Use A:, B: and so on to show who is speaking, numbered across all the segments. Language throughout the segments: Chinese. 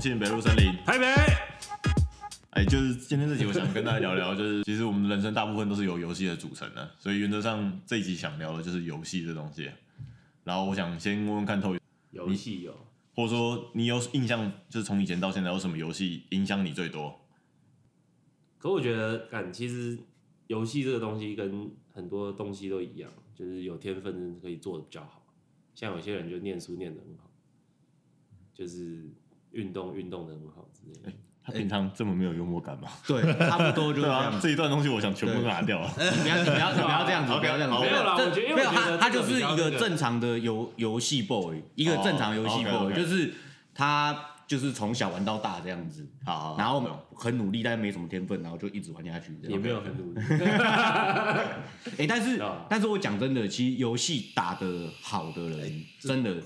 A: 进北入森林。
B: 台北，
A: 哎，就是今天这集，我想跟大家聊聊， 就是其实我们的人生大部分都是由游戏的组成的，所以原则上这一集想聊的就是游戏这东西。然后我想先问问看透，
B: 游戏哦有
A: 或者说你有印象，就是从以前到现在有什么游戏影响你最多？
B: 可我觉得，感其实游戏这个东西跟很多东西都一样，就是有天分可以做的比较好。像有些人就念书念的很好，就是运动运动的很好之类的。
A: 他平常这么没有幽默感吗？
C: 对，差不多就是
A: 对
C: 这
A: 啊
C: 样，。
A: 这一段东西我想全部都拿掉了。
C: 不要你不要你不要这样子，
A: OK，
C: 不要这样子。
A: 好
C: 不要
B: 没有啦
C: 这
B: 我觉得因为
C: 没有
B: 我觉
C: 他，
B: 得
C: 他
B: 这
C: 就
B: 个
C: 是
B: 比较
C: 一
B: 那
C: 个
B: 个
C: 正常的游游戏 boy，一个
A: 哦
C: 正常游戏 boy，
A: OK，OK
C: 就是他就是从小玩到大这样子，
A: 好
B: 哦
A: 好好
C: 然
A: 懂
C: 后很努力，但没什么天分，然后就一直玩下去这
B: 也
C: 样。
B: 没有很努力，
C: 哎，但是
B: 啊
C: 但是我讲真的，其实游戏打得好的
B: 哎
C: 人，真的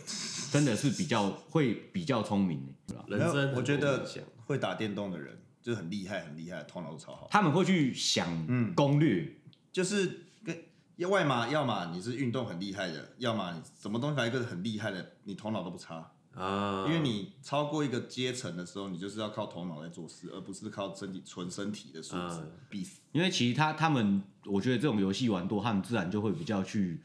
C: 真的是比较会比较聪明的，对 吧
B: 人
D: 没有
B: 生很
D: 我觉
B: 多
D: 得
B: 影响
D: 会打电动的人就是很厉害，很厉害，头脑都超好。
C: 他们会去想
D: 嗯
C: 攻略，
D: 就是跟要外嘛，要么你是运动很厉害的，要么你什么东西来一个很厉害的，你头脑都不差。
B: 啊，
D: 因为你超过一个阶层的时候，你就是要靠头脑在做事，而不是靠身体纯身体的素质
B: 嗯。
D: 必死。
C: 因为其实他他们，我觉得这种游戏玩多，他们自然就会比较去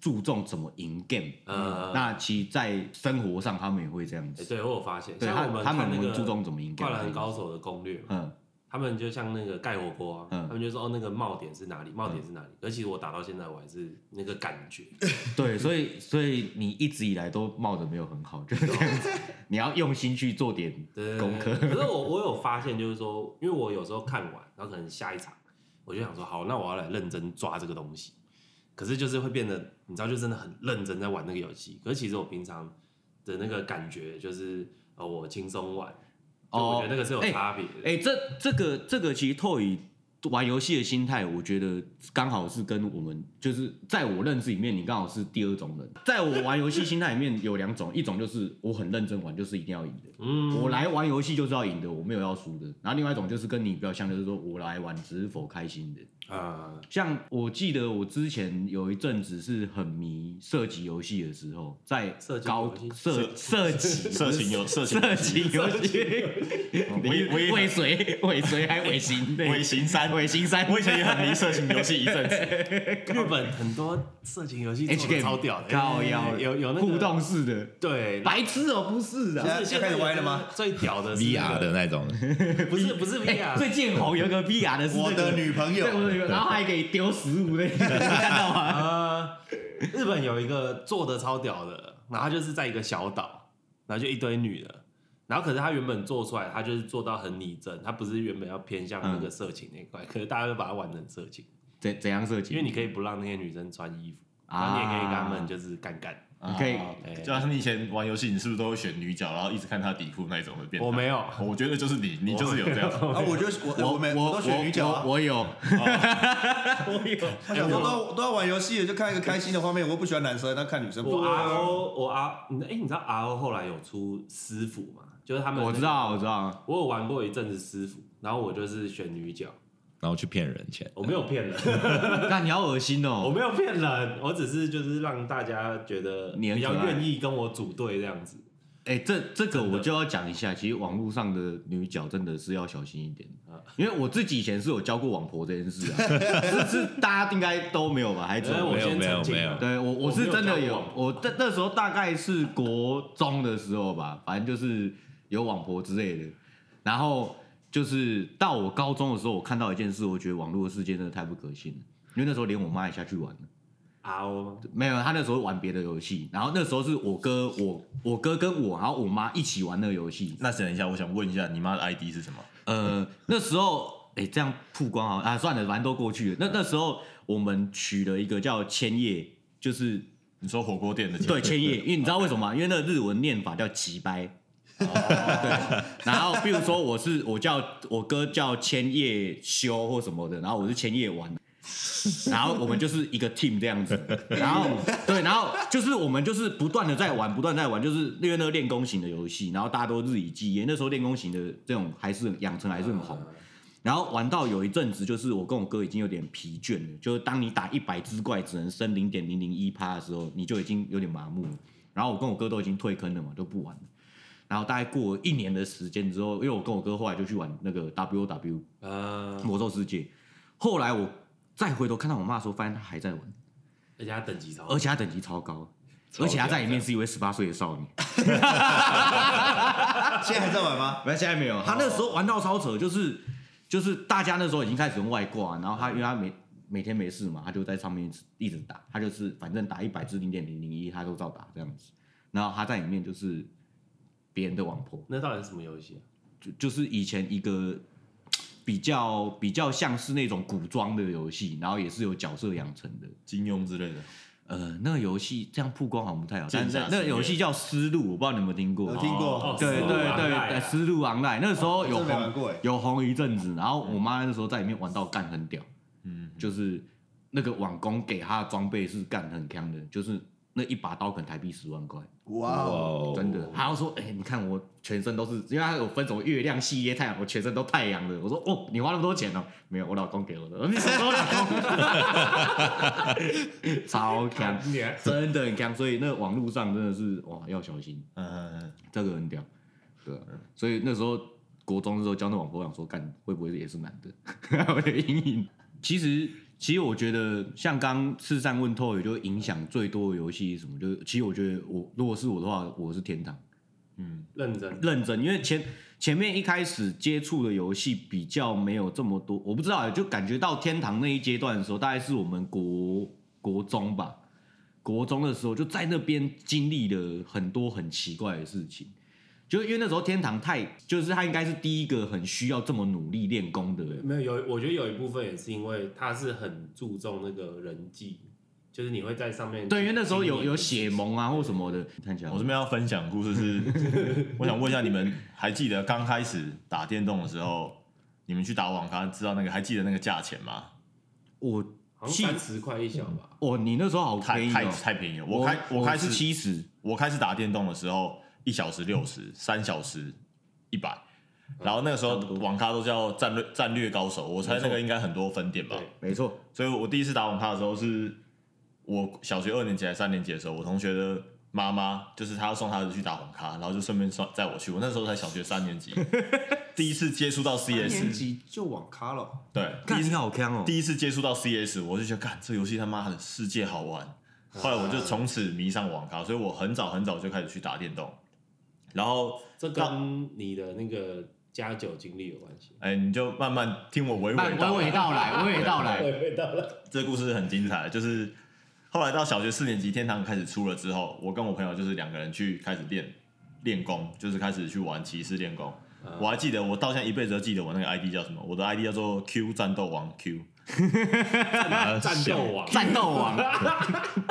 C: 注重怎么赢 game。
B: 嗯
C: 嗯，那其实，在生活上他们也会这样
B: 哎
C: 子，
B: 对我有发现，
C: 对
B: 像
C: 他
B: 我们
C: 他
B: 看
C: 们
B: 那个
C: 很注重怎么赢
B: 《灌
C: game
B: 篮。高手》的攻略嘛，
C: 嗯，
B: 他们就像那个盖火锅啊，
C: 嗯
B: 他们就说哦那个帽点是哪里，帽点是哪里。而其实我打到现在我还是那个感觉，
C: 对，所以所以你一直以来都冒着没有很好，就是这样 子。你要用心去做点
B: 对
C: 功课。
B: 可是我我有发现，就是说，因为我有时候看完，然后可能下一场，我就想说好，那我要来认真抓这个东西。可是就是会变得，你知道，就真的很认真在玩那个游戏。可是其实我平常的那个感觉就是，呃，我轻松玩，就我觉得那个是有
C: 哎
B: 差别的。
C: 哎、这这个这个其实 Toy 玩游戏的心态，我觉得刚好是跟我们就是在我认知里面，你刚好是第二种人。在我玩游戏心态里面有两种，一种就是我很认真玩，就是一定要赢的。
B: 嗯，
C: 我来玩游戏就是要赢的，我没有要输的。然后另外一种就是跟你比较像，就是说我来玩只是否开心的。
B: 啊、
C: 像我记得我之前有一阵子是很迷射击游戏的时候，在
B: 射击
C: 高
B: 游戏
C: 射射击
A: 色情游色情
C: 色情游戏，
A: 我我也
C: 哦尾随尾随还尾 行对
A: 尾行三
C: 尾行三，
A: 我以前也很迷色情游戏一阵子，
B: 日本很多色情游戏做
C: H
B: 的
C: game
B: 超屌的，
C: 高腰
B: 有有那个
C: 互动式的，
B: 对，
C: 白痴哦不是
B: 不
C: 的。
B: 是啊
D: 现在开始歪了吗？
B: 最屌的是那
E: VR
B: 个
E: 的那种，
B: 不是不是啊 VR，
C: 哎最近红有一个 VR 的是那
D: 我
C: 个
D: 的女朋
C: 对我的女
D: 友，
C: 朋友，然后还可以丢食物的，你 看到吗？
B: 啊，日本有一个做的超屌的，然后他就是在一个小岛，然后就一堆女的，然后可是他原本做出来，他就是做到很拟真，他不是原本要偏向那个色情那一
C: 嗯
B: 块，可是大家都把它玩成色情，
C: 怎怎样设计？
B: 因为你可以不让那些女生穿衣服，然
C: 啊
B: 后你也可以跟他们就是干干。
C: 你可以
A: 啊
B: 哎
A: 就像你以前玩游戏，你是不是都会选女角，然后一直看她底裤那一种的变态？
B: 我没 有，
A: 我觉得就是你，你就是有这 样。
D: 啊，我就我我没
C: 我
D: 都选女角啊
C: 我。我有，
B: 哎
D: 我想说都都要玩游戏了，就看一个开心的画面。我不喜欢男生，那看女生不
B: 我
D: 好。
B: RO 我 R 你哎、你知道 RO 后来有出私服吗？就是他们
C: 我知道，我知道，
B: 我有玩过一阵子私服，然后我就是选女角，
E: 然后去骗人钱。
B: 我没有骗人。
C: 但你好恶心
B: 我
C: 哦。
B: 没有骗人，我只是就是让大家觉得比
C: 你很可
B: 较
C: 爱
B: 愿意跟我组队这样子。
C: 哎，这这个我就要讲一下，其实网络上的女角真的是要小心一点，因为我自己以前是有教过网婆这件事啊，是是大家应该都没有吧？还只
B: 哎
C: 有
B: 我
C: 我？
B: 先
E: 没有
B: 澄清
E: 没有
B: 了
C: 对我
B: 我
C: 我
B: 没
C: 是
B: 有
C: 真的
B: 教过
C: 有
B: 网，
C: 我那那时候大概是国中的时候吧，反正就是有网婆之类的，然后。就是到我高中的时候，我看到一件事，我觉得网络的世界真的太不可信了。因为那时候连我妈也下去玩了，
B: RO 吗？
C: 没有，他那时候玩别的游戏，然后那时候是我哥，我我哥跟我，然后我妈一起玩那个游戏。
A: 那等一下，我想问一下，你妈的 ID 是什么？
C: 呃，那时候，哎、这样曝光好啊，算了，反正都过去了。那那时候我们取了一个叫千叶，就是
A: 你说火锅店的？
C: 对千叶，因为你知道为什么吗？因为那日文念法叫吉掰。对，然后比如说我是我叫我哥叫千叶修或什么的，然后我是千叶丸，然后我们就是一个 team 这样子，然后对，然后就是我们就是不断的在玩，不断地在玩，就是因为那个练功型的游戏，然后大家都日以继夜，那时候练功型的这种还是养成还是很红。然后玩到有一阵子，就是我跟我哥已经有点疲倦了，就是当你打一百只怪只能升零点零零一趴的时候，你就已经有点麻木了。然后我跟我哥都已经退坑了嘛，就不玩了。然后大概过了一年的时间之后，因为我跟我哥后来就去玩那个 WW
B: 呃，
C: 魔兽世界，后来我再回头看到我妈的时候，发现她还在玩，
B: 而且他等级超
C: 而且她等级超高，
A: 超
C: 而且她
A: 屌
C: 在里面是一位十八岁的少女。
D: 现在还在玩吗？
C: 那现在没有。他那时候玩到超扯，就是就是大家那时候已经开始用外挂，然后他因为他每每天没事嘛，他就在上面一直一直打，他就是反正打一百至零点零零一，他都照打这样子。然后他在里面就是别人的网婆，
B: 那到底是什么游戏啊？
C: 就就是以前一个比较比较像是那种古装的游戏，然后也是有角色养成的。
A: 金庸之类的，
C: 呃，那个游戏这样曝光好像不太好，但是
A: 剑侠
C: 那
A: 之
C: 个
A: 类
C: 游戏叫《丝路》，我不知道你有没有听过。
D: 有听过
B: 哦
C: 对
B: 哦
C: 对对，
B: Online
C: 对
B: 啊
C: 丝路 online 那个时候有
D: 真的没玩
C: 红
D: 过哎，
C: 有红一阵子，然后我妈那时候在里面玩到干很屌，
A: 嗯，
C: 就是那个网工给她的装备是干很强的，就是那一把刀可能台币十万块，
D: 哇
A: 哇
D: 哦，
A: 哦，
C: 真的。她要说，哎、你看我全身都是，因为她有分什么月亮系列太阳，我全身都太阳的。我说，哦，你花那么多钱哦、没有，我老公给我的。 我说你什么时候老公？超强，
B: 干你啊
C: 真的很强，所以那网络上真的是哇，要小心。
A: 嗯嗯嗯，
C: 这个很屌，对、啊，所以那时候国中的时候交那网婆，想说干会不会也是男的，我 的阴影。其实，其实我觉得像刚四散问透，也就影响最多的游戏是什么？就是其实我觉得我如果是我的话，我是天堂，
A: 嗯，
B: 认真
C: 认真，因为前前面一开始接触的游戏比较没有这么多，我不知道，就感觉到天堂那一阶段的时候，大概是我们国国中吧，国中的时候就在那边经历了很多很奇怪的事情，就因为那时候天堂太，就是他应该是第一个很需要这么努力练功的人，
B: 没有有，我觉得有一部分也是因为他是很注重那个人际，就是你会在上面
C: 对，因为那时候有有
B: 经历
C: 血盟啊或什么的，看起来
A: 我这边要分享的故事是， 我想问一下你们，还记得刚开始打电动的时候，你们去打网咖，知道那个还记得那个价钱吗？
C: 我
B: 好像三十块一小吧，
C: 哦，你那时候好
A: 太
C: 便宜
A: 太
C: 哦，
A: 太便宜了，我开我开
C: 是
A: 始
C: 七十，
A: 我开始打电动的时候，一小时六十，三小时一百，然后那个时候网咖都叫战略战略高手，我猜那个应该很多分店吧。
B: 对
C: 没错，
A: 所以我第一次打网咖的时候是，我小学二年级还是三年级的时候，我同学的妈妈就是她要送她儿子去打网咖，然后就顺便送载我去。我那时候才小学三年级，第一次接触到
D: 三年
A: CS，
D: 级就网咖了，
A: 对，第
C: 看
A: 一
C: 你
A: 次
C: 好坑哦，
A: 第一次接触到 CS，我就觉得干这游戏他妈的世界好玩。后来我就从此迷上网咖，所以我很早很早就开始去打电动，然后。
B: 这跟你的那个加酒经历有关系。
A: 哎，你就慢慢听我娓娓
C: 慢
A: 道
C: 娓
A: 来。
C: 娓道来，娓娓道来。
B: 味道了，
A: 这个故事很精彩，就是后来到小学四年级，天堂开始出了之后，我跟我朋友就是两个人去开始练练功，就是开始去玩骑士练功。我还记得，我到现在一辈子都记得我那个 ID 叫什么，我的 ID 叫做 Q 战斗王 Q。
B: 战斗王，
C: 呃战斗王。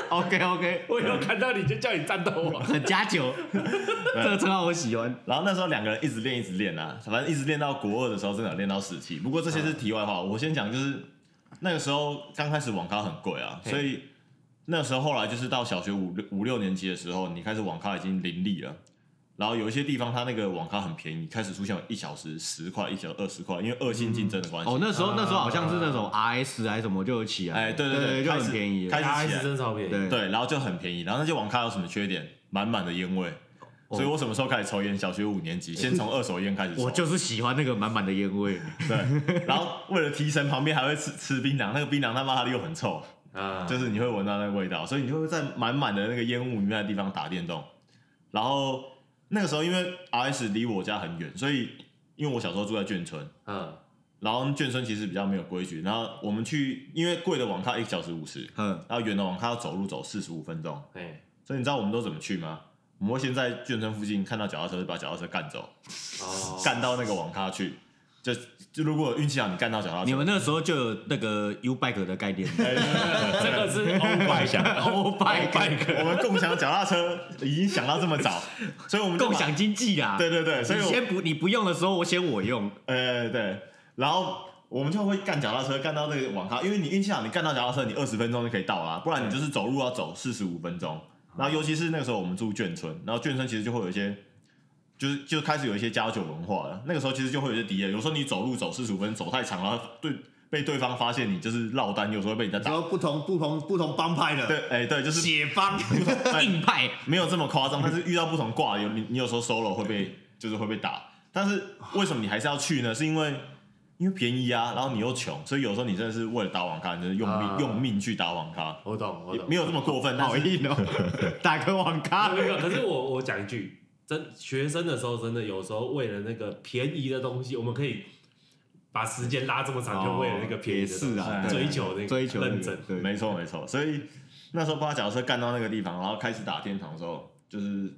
C: OK OK，
B: 我有看到你就叫你战斗王。
C: 很加 酒，这个称号我喜欢。
A: 然后那时候两个人一直练，一直练啊，反正一直练到国二的时候，真的有练到十七。不过这些是题外
C: 嗯
A: 话，我先讲就是那个时候刚开始网咖很贵啊，所以那时候后来就是到小学五六五六年级的时候，你开始网咖已经林立了。然后有一些地方它那个网咖很便宜，开始出现有一小时十块、一小时二十块，因为恶性竞争的关系。
C: 哦，那时候
B: 啊
C: 那时候好像是那种 RS 还是什么就有起来，
A: 哎对对
C: 对
A: 对
C: 就
A: 开
C: 很
A: 始
C: 便宜了。
A: 开始
B: 还
A: 起来
B: 是真超便宜，
C: 对
A: 对，然后就很便宜。然后那些网咖有什么缺点？满满的烟味。
C: 哦
A: 所以我什么时候开始抽烟？小学五年级，先从二手烟开始抽。
C: 我就是喜欢那个满满的烟 味，
A: 对，然后为了提神，旁边还会吃吃槟榔，那个槟榔他妈的又很臭，
B: 啊，
A: 就是是你会闻到那个味道，所以你就会在满满的那个烟雾弥漫的地方打电动。然后那个时候因为 RS 离我家很远，所以因为我小时候住在眷村，
B: 嗯，
A: 然后眷村其实比较没有规矩，然后我们去因为贵的网咖一个小时五十，
C: 嗯，
A: 然后远的网咖要走路走四十五分钟，
B: 哎，
A: 所以你知道我们都怎么去吗？我们会先在眷村附近看到脚踏车，就把脚踏车干走，
B: 哦，
A: 干到那个网咖去。就就如果运气好，你干到脚踏车，
C: 你们那时候就有那个 U bike 的概念
B: 这个是哦欧
A: 白想。
C: ，O bike
A: 我们共享脚踏车已经想到这么早，所以我们就把
C: 共。享经济啦。
A: 对对对，所以
C: 你
A: 我
C: 先不你不用的时候，我先我用，
A: 呃对，然后我们就会干脚踏车，干到那个网咖，因为你运气好，你干到脚踏车，你二十分钟就可以到啦，不然你就是走路要走四十五分钟。
C: 啊
A: 然后尤其是那个时候我们住眷村，然后眷村其实就会有一些。就是就开始有一些家酒文化了，那个时候其实就会有一些敌人，有时候你走路走四十五分钟走太长，然后对被对方发现你就是落单，有时候会被人家
D: 然
A: 打。
D: 后不同不同不同帮派
A: 对
D: 的，，
A: 哎、对，就是
D: 解帮，
A: 哎
C: 硬派，
A: 没有这么夸张，但是遇到不同挂有你，你有时候 solo 会被就是会被打，但是为什么你还是要去呢？是因为因为便宜啊，然后你又穷，所以有时候你真的是为了打网咖，你就是用命、
B: 啊
A: 用命去打网咖，
B: 我懂，我
A: 也
B: 懂。
A: 没有这么过分，但
C: 好
A: 是
C: 硬 哦，打个网咖
B: 没有没有，可是我我讲一句，真学生的时候，真的有时候为了那个便宜的东西，我们可以把时间拉这么长，就为了那个便宜
C: 也
B: 的东西
C: 是啊，
A: 对
B: 追求那个
C: 追求那个
B: 认真。
C: 对，
A: 没错没错，所以那时候八角车干到那个地方，然后开始打天堂的时候，就是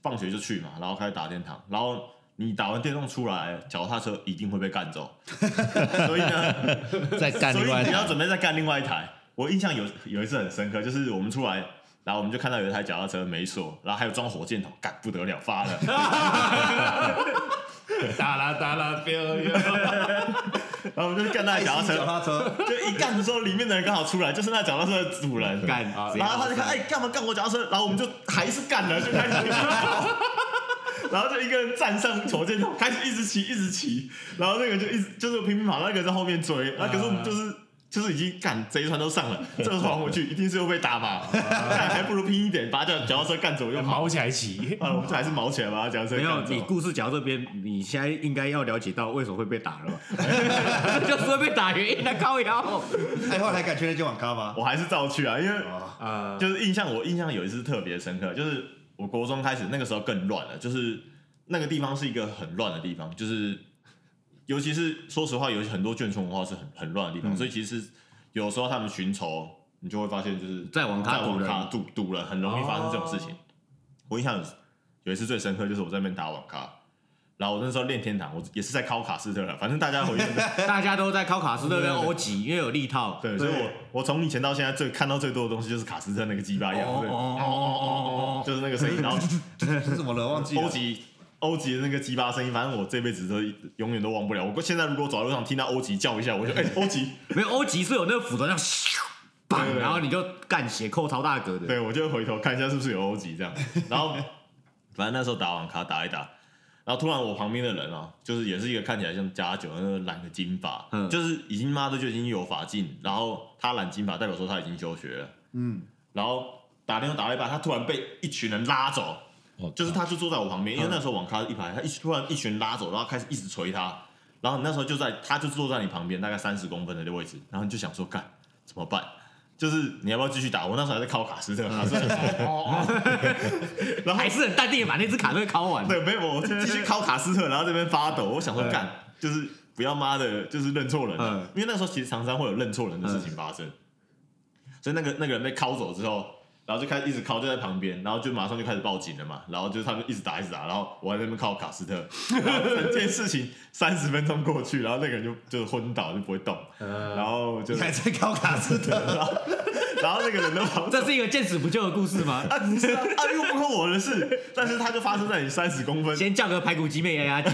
A: 放学就去嘛，然后开始打天堂，然后你打完电动出来，脚踏车一定会被干走， 所以呢，
E: 再干
A: 所
E: 另
A: 以
E: 外一
A: 你要
E: 台
A: 准备再干另外一台。我印象有有一次很深刻，就是我们出来，然后我们就看到有一台脚踏车没锁，然后还有装火箭筒，干不得了，发了。
B: 哒啦哒啦，biu biu，
A: 然后我们就干那台脚踏
D: 脚
A: 车，
D: 踏车，
A: 就一干的时候，里面的人刚好出来，就是那脚踏车的主人。
C: 干，
B: 啊
C: 直接
A: 然后他就看，哎，干嘛干我脚踏车？然后我们就还是干了，就开 始然后就一个人站上火箭筒，开始一直骑，一直骑。然后那个就一直就是拼命跑，那个在后面追。那可是我们就是就是已经干这一团都上 了，这个团我去一定是又被打嘛。那还不如拼一点，把脚脚踏车干走又跑。
B: 毛起来骑。
A: 啊，我们就还是毛起来把脚踏车
C: 没有，
A: 干走
C: 你。故事讲到这边，你现在应该要了解到为什么会被打了吧？ 就是会被打原因的高腰。
D: 哎，后来敢去那间网咖吗？
A: 我还是照去啊，因为
D: 啊，
B: 啊，
A: 就是印象，我印象有一次特别深刻，就是我国中开始那个时候更乱了，就是那个地方是一个很乱的地方，就是尤其是说实话，有很多眷村文化是很很乱的
C: 嗯
A: 地方，所以其实有时候他们寻仇，你就会发现就是
C: 在网咖
A: 在网
C: 堵人
A: 咖堵堵了，很容易发生这种事情。
B: 哦
A: 我印象有有一次最深刻，就是我在那边打网咖。然后我那时候练天堂，我也是在考卡斯特了，反正大家回去
C: 大家都在考卡斯特跟欧几，因为有力套。
A: 对，所以我我从以前到现在最看到最多的东西就是卡斯特那个鸡巴样
C: 哦
A: 子，
C: 哦哦哦
A: 就是那个声音，然后
D: 是什么了？忘记了
A: 欧吉欧吉的那个鸡巴声音，反正我这辈子都永远都忘不了。我现在如果走在路上听到欧吉叫一下，我就哎欧吉，
C: 哦，没有欧几是有那个斧头这样咻，
A: 对
C: 棒，
A: 对
C: 然后你就干血扣超大格的。
A: 对我就会回头看一下是不是有欧吉这样。然后反正那时候打网咖打一打，然后突然我旁边的人啊，就是也是一个看起来像加九的那个染个金发，
C: 嗯
A: 就是已经妈的就已经有发镜，然后他染金发代表说他已经休学了。
D: 嗯，
A: 然后打电话打了一半，他突然被一群人拉走，
E: 哦
A: 就是他就坐在我旁边，因为那时候网咖一排，他一突然一群拉走，然后开始一直捶他，然后你那时候就在，他就坐在你旁边大概三十公分的位置，然后你就想说干怎么办？就是你要不要继续打？我那时候还在靠卡斯特， 卡斯特哦 哦哦，
C: 然后还是很淡定地把那只卡特敲完。
A: 对，没有，我继续靠卡斯特，然后这边发抖，我想说干，就是不要妈的，就是认错人了、
C: 嗯
A: 因为那时候其实常常会有认错人的事情发生，所以那个那个人被铐走之后，然后就开始一直铐就在旁边，然后就马上就开始报警了嘛，然后就他们一直打一直打，然后我还在那边靠卡斯特，然后整件事情三十分钟过去，然后那个人就就昏倒就不会动，然后 就
D: 你还在高卡斯特？
A: 然后然后那个人的旁
C: 这是一个见死不救的故事 吗？
A: 啊，不是啊，啊又不关我的事，但是他就发生在你三十公 分
C: 先叫个排骨鸡妹压压惊，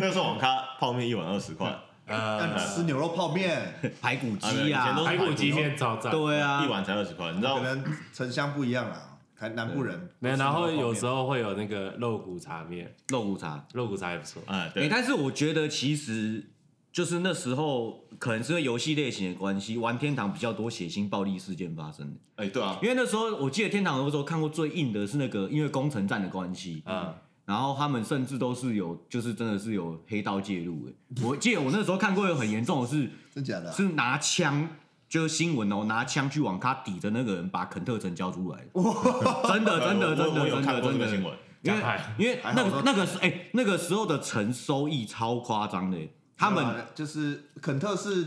A: 那时候网咖泡面一碗二十块，啊
D: 那你
B: 呃，
D: 吃牛肉泡面，
C: 排骨
A: 啊没有以前
C: 鸡啊
A: 都，
B: 排骨鸡面超赞。
C: 对啊
A: 一，碗才二十块，你知道
D: 可？能城乡不一样啦，台南部人
B: 没有，然后有时
D: 候
B: 候会有那个肉骨茶面，
C: 肉骨茶。
B: 肉骨茶也不错。
A: 哎，
C: 哎、
A: 对，
C: 但是我觉得其实就是那时候可能是因为游戏类型的关系，玩天堂比较多血腥暴力事件发生。
A: 哎，对啊，
C: 因为那时候我记得天堂的时候看过最硬的是那个，因为工程站的关系，
A: 啊
B: 嗯，
C: 然后他们甚至都是有，就是真的是有黑道介入。 哎，我记得我那时候看过有很严重的是，
D: 真假的啊，
C: 是拿枪，就是新闻哦，拿枪去网咖抵着那个人，把肯特城交出来。 真的，呃真的，
A: 呃我
C: 真
A: 我
C: 的，
A: 有
C: 真
A: 看
C: 的，
A: 过这
C: 真
A: 个
C: 的
A: 新闻，
C: 因为
B: 假派
C: 因为
D: 还好
C: 那个
D: 说
C: 那个是哎、那个时候的城收益超夸张的，欸他们
D: 对吧啊就是肯特是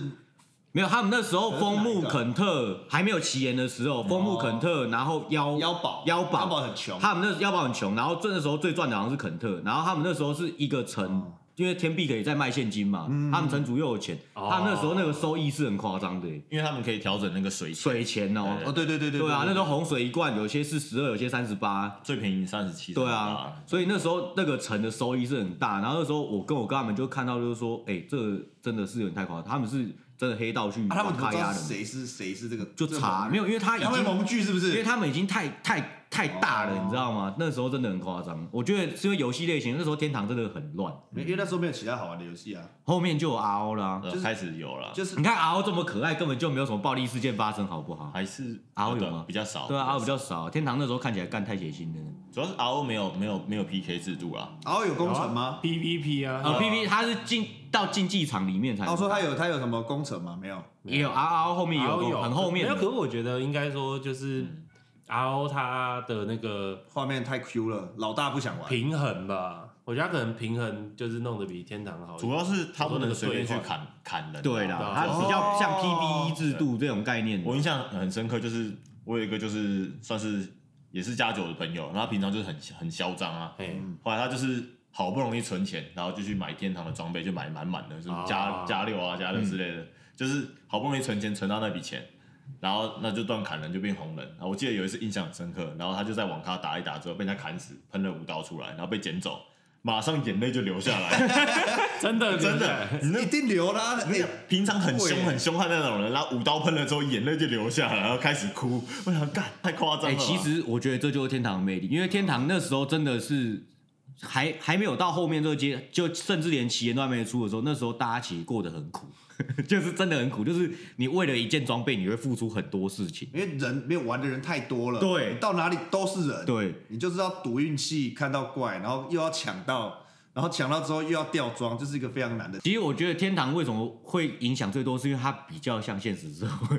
C: 没有，他们那时候枫木
D: 哪一个啊哦
C: 肯特还没有齐岩的时候，枫木肯特，然后腰
D: 腰宝，
C: 腰宝
D: 腰宝很穷，
C: 他们那腰包很穷，然后赚的时候最赚的好像是肯特，然后他们那时候是一个城
D: 哦，嗯
C: 因为天币可以再卖现金嘛，他们城主又有钱，
B: 哦
C: 他们那时候那个收益是很夸张的，欸
A: 因为他们可以调整那个水
C: 水钱哦，
D: 哦，对对对对
C: 对啊，那时候红水一罐有些是十二，有些三十八，
A: 最便宜三十七，
C: 对啊，，所以那时候那个城的收益是很大，然后那时候我跟我哥他们就看到就是说，哎，这个真的是有点太夸张，他们是真的黑道去
D: 啊他们
C: 网
D: 怎么
C: 咖
D: 知道
C: 压
D: 是
C: 人，
D: 谁是谁是这个
C: 就查没
D: 有？
C: 有，因为他已
D: 他会
C: 经
D: 蒙剧是不
C: 因为
D: 是？
C: 他们已经太太太大了，
D: 哦
C: 你知道吗？那时候真的很夸张。我觉得是因为游戏类型，那时候天堂真的很乱，
D: 没因为那时候没有其他好玩的游戏啊，
C: 后面就有 RO 啦。
A: 呃
D: 就是
A: 开始有了，
D: 就是
C: 你看 RO 这么可爱，根本就没有什么暴力事件发生，好不好？
A: 还是
C: RO 有
A: 对
C: 吗
A: 比较少，
C: 对啊，RO 比较少。天堂那时候看起来干太血腥了。
A: 主要是 RO 没有没有没有 PK 制度
C: 哦
A: 啦，
D: 然哦后有工程
B: 有啊
D: 吗？
B: ？PVP 啊，
C: 啊 p v 他是进到竞技场里面才。
D: 哦他说他有他有什么工程吗？没有，
C: 也有 RO 后面
B: 然后
C: 有很后面
B: 没有，
C: 的
B: 可是我觉得应该说就是
A: 嗯
B: RO 它的那个
D: 画面太 Q 了，老大不想玩。
B: 平衡吧，我觉得它可能平衡就是弄得比天堂好一
A: 主
B: 点。
A: 要是他不能随便去
B: 我说
A: 砍砍人啊。
C: 对
B: 对
C: 啦
B: 啊，
C: 它比较像
D: 哦
C: PVE 制度这种概念的。
A: 我印象很深刻，就是我有一个就是算是也是家酒的朋友，然后他平常就是很很嚣张啊，
B: 哎，
A: 后来他就是好不容易存钱，然后就去买天堂的装备，就买满满的，就是加、
B: 啊
A: 加六啊加六之类的，
C: 嗯
A: 就是好不容易存钱存到那笔钱。然后那就断砍人就变红人，然后我记得有一次印象很深刻，然后他就在网咖打一打之后被人家砍死，喷了五刀出来，然后被捡走，马上眼泪就流下来，
B: 真的
A: 真的，，你那
D: 一定留啦！哎、
A: 平常很
D: 对
A: 凶很凶悍那种人，然后五刀喷了之后，眼泪就流下来，然后开始哭。 我想干，太夸张了吧。
C: 哎、其实我觉得这就是天堂的魅力，因为天堂那时候真的是还还没有到后面这个阶，就甚至连奇岩都还没出的时候，那时候大家其实过得很苦， 就是真的很苦，就是你为了一件装备，你会付出很多事情。
D: 因为人没有玩的人太多了，
C: 对
D: 你到哪里都是人，，
C: 对，
D: 你就是要赌运气，看到怪，然后又要抢到，然后抢到之后又要吊装，这是一个非常难的。
C: 其实我觉得天堂为什么会影响最多，是因为它比较像现实社会，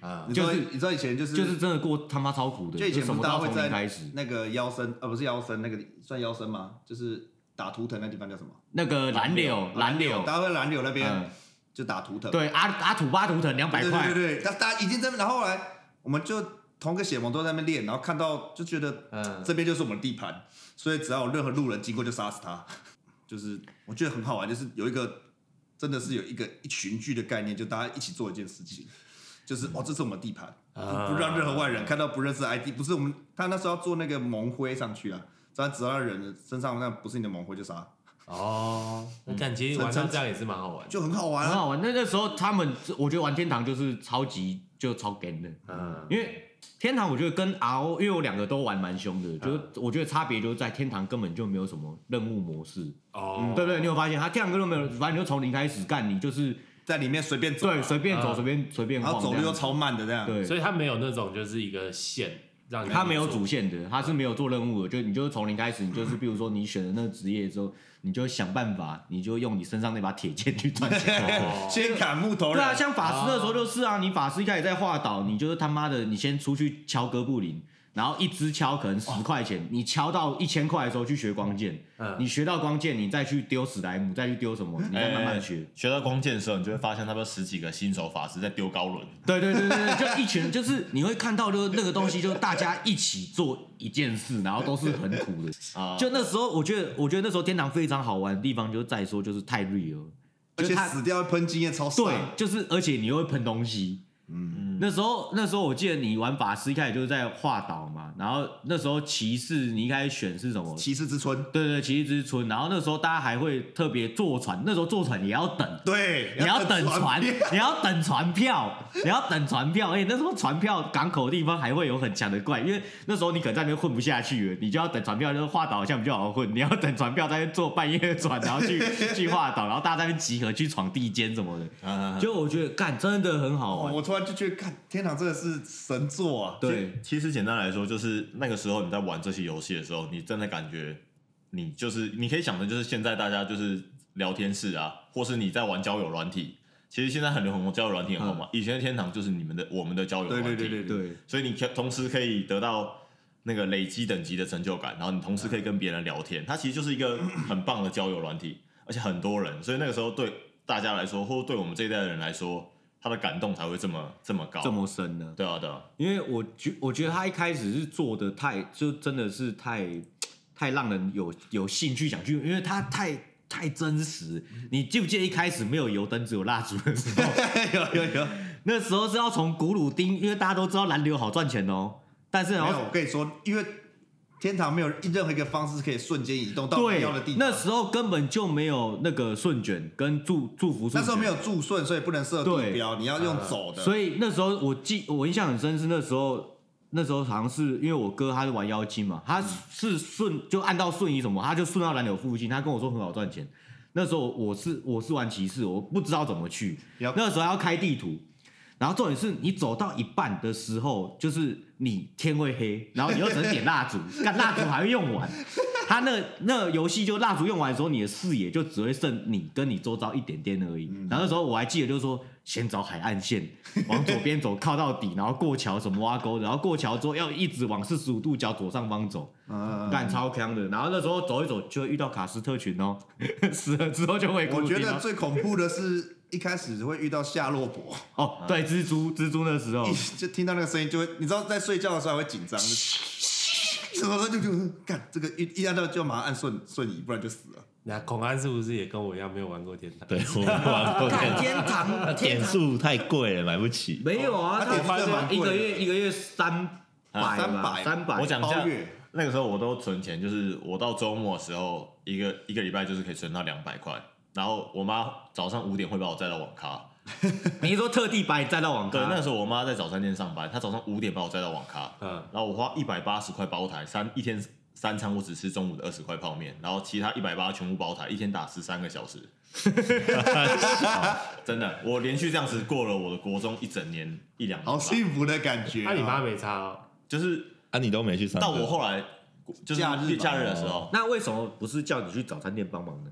B: 啊，
D: 你知道
C: 就是
D: 你知道以前 就是
C: 就是真的过他妈超苦的，
D: 就以前
C: 什
D: 不是
C: 么都
D: 大家
C: 要
D: 会
C: 从零开
D: 在
C: 始。
D: 那个腰身，呃，不是腰身，那个算腰身吗？就是打图腾那地方叫什么？
C: 那个蓝柳，蓝柳，
D: 大家会蓝柳那边、
C: 嗯
D: 就打图腾，
C: 对阿阿土巴图腾两百
D: 对
C: 块
D: 对，对对，大大家已经在那，然后后来我们就同个血盟都在那边练，然后看到就觉得
B: 嗯，
D: 这边就是我们的地盘，所以只要有任何路人经过就杀死他。就是我觉得很好玩，就是有一个真的是有一个一群聚的概念，就大家一起做一件事情，就是哦，这是我们的地盘，
C: 嗯
B: 啊
D: 不不让任何外人看到不认识的 ID，不是我们他那时候要做那个盟徽上去啊，只要只要人身上那不是你的盟徽就杀，
B: 哦，我感觉玩到这样也是蛮好玩的。
D: 就很好玩
C: 很
D: 啊。
C: 好玩。那那时候他们，我觉得玩天堂就是超级就超 game 的，
B: 嗯，
C: 因为天堂我觉得跟 RO，因为我两个都玩蛮凶的，就是
B: 嗯
C: 我觉得差别就是在天堂根本就没有什么任务模式，
B: 哦，
C: 嗯对不对？你有发现他天堂根本没有，反正你就从零开始干，你就是
D: 在里面随便走啊，
C: 对随便走、
B: 嗯
C: 随便随便
D: 然后
C: 晃
D: 走
C: 这
D: 路又
C: 样，
D: 超慢的这样，
C: 对，
B: 所以它没有那种就是一个线让你
C: 他没有
B: 做
C: 主线的，他是没有做任务的，就你就是从零开始，你就是比如说你选的那个职业之后，你就想办法，你就用你身上那把铁剑去赚 钱。
B: 哦
D: 先砍木头
C: 对
D: 人
C: 啊，，像法师的时候就是啊，你法师一开始在画岛，你就是他妈的，你先出去敲哥布林，然后一只敲可能十块钱，你敲到一千块的时候去学光剑，
B: 嗯
C: 你学到光剑，你再去丢史莱姆，再去丢什么，你再慢慢
A: 哎
C: 学。
A: 学到光剑的时候，你就会发现他们十几个新手法师在丢高轮。
C: 对对对对对，就一群人，就是你会看到，就是那个东西，就是大家一起做一件事，然后都是很苦的。
A: 啊
C: 就那时候，我觉得，我觉得那时候天堂非常好玩的地方，就是在说就是太 real，了
D: 而
C: 就是
D: 且
C: 它
D: 死掉会喷经验超爽。
C: 对，就是而且你又会喷东西。嗯，那时候那时候我记得你玩法师一开始就是在画岛嘛，然后那时候骑士你一开始选是什么？
D: 骑士之春，
C: 对对，骑士之春。然后那时候大家还会特别坐船，那时候坐船也要等，
D: 对，
C: 你要等船
D: 船，
C: 你要等船票，你要等船票。哎、那时候船票港口地方还会有很强的怪，因为那时候你可能在那边混不下去了，你就要等船票。就是画岛好像比较好混，你要等船票在那边坐半夜的船，然后去去画岛，然后大家在那边集合去闯地间什么的。
A: 啊，
C: 就我觉得干真的很好
D: 哦
C: 玩，
D: 我突然就觉得，看天堂真的是神作啊！
C: 对，
A: 其实简单来说，就是那个时候你在玩这些游戏的时候，你真的感觉你就是你可以想的就是现在大家就是聊天室啊，或是你在玩交友软体。其实现在很流行交友软体很红嘛，以前的天堂就是你们的我们的交友软体。
D: 对嗯对对对对，
C: 对
A: 所以你可同时可以得到那个累积等级的成就感，然后你同时可以跟别人聊天，它其实就是一个很棒的交友软体，而且很多人，所以那个时候对大家来说，或对我们这一代的人来说，他的感动才会这么这么高。
C: 这么深呢？
A: 对啊对啊，
C: 因为我觉我觉得他一开始是做的太，就真的是太太让人有有兴趣想去，因为他太太真实。你记不记得一开始没有油灯只有蜡烛的时候，
D: 有有有，
C: 那时候是要从古鲁丁，因为大家都知道蓝流好赚钱哦，但是然
D: 没
C: 后
D: 有，我跟你说，因为天堂没有任何一个方式可以瞬间移动到你
C: 对
D: 要的地，
C: 那
D: 方。
C: 时候根本就没有那个顺卷跟祝祝福顺
D: 那时候
C: 卷
D: 没。有注顺，所以不能设
C: 对啊
D: 地标，你要用走的。
C: 所以那时候我记我印象很深是那时候那时候好像是因为我哥他是玩妖精嘛，他是顺就按到瞬移什么，他就顺到蓝柳附近，他跟我说很好赚钱。那时候我是我是玩骑士，我不知道怎么去，
D: 你要
C: 那时候要开地图。然后重点是你走到一半的时候，就是你天会黑，然后你又只能点蜡 烛，干蜡烛还会用完。他那那游戏就蜡烛用完的时候，你的视野就只会剩你跟你周遭一点点而已。
D: 嗯
C: 然后那时候我还记得，就是说先找海岸线，往左边走靠到底，然后过桥什么挖沟，然后过桥之后要一直往四十五度角左上方走，
D: 嗯，
C: 干超坑的。然后那时候走一走就会遇到卡斯特群哦， 死了之后就会
D: 我
C: 固
D: 觉
C: 定
D: 得
C: 哦。
D: 最恐怖的是一开始会遇到夏洛伯，
C: 哦，对，蜘蛛蜘蛛那时候。
D: 就听到那个声音就会，你知道在睡觉的时候还会紧张，什么就就干这个一一按到就马上按瞬瞬移，不然就死了。
B: 那孔安是不是也跟我一样没有玩过天堂？
E: 对，我 没玩过
C: 看
E: 天
C: 天 堂，
E: 点数太贵了，买不起。
C: 没有啊，
D: 哦他点数真的蛮
C: 一
D: 贵的
C: 个月一个月啊三百吧，
D: 三百
C: 三百。
A: 我讲一下
D: 包月，
A: 那个时候我都存钱，就是我到周末的时候，一个一个礼拜就是可以存到两百块。然后我妈早上五点会把我载到网咖，
C: 你是说特地把你载到网
E: 啊
A: 对，那
C: 咖
A: 个，时候我妈在早餐店上班，她早上五点把我载到网咖，
B: 嗯，
A: 然后我花一百八十块包台，三一天三餐我只吃中午的二十块泡面，然后其他一百八全部包台，一天打十三个小时， 真的，我连续这样子过了我的国中一整年一两年吧，
D: 好幸福的感觉、啊
B: 那、你 妈没差哦，
A: 就是
E: 啊，你都没去上课。
A: 到我后来就是
D: 假日吧
A: 假日的时候，
C: 那为什么不是叫你去早餐店帮忙呢？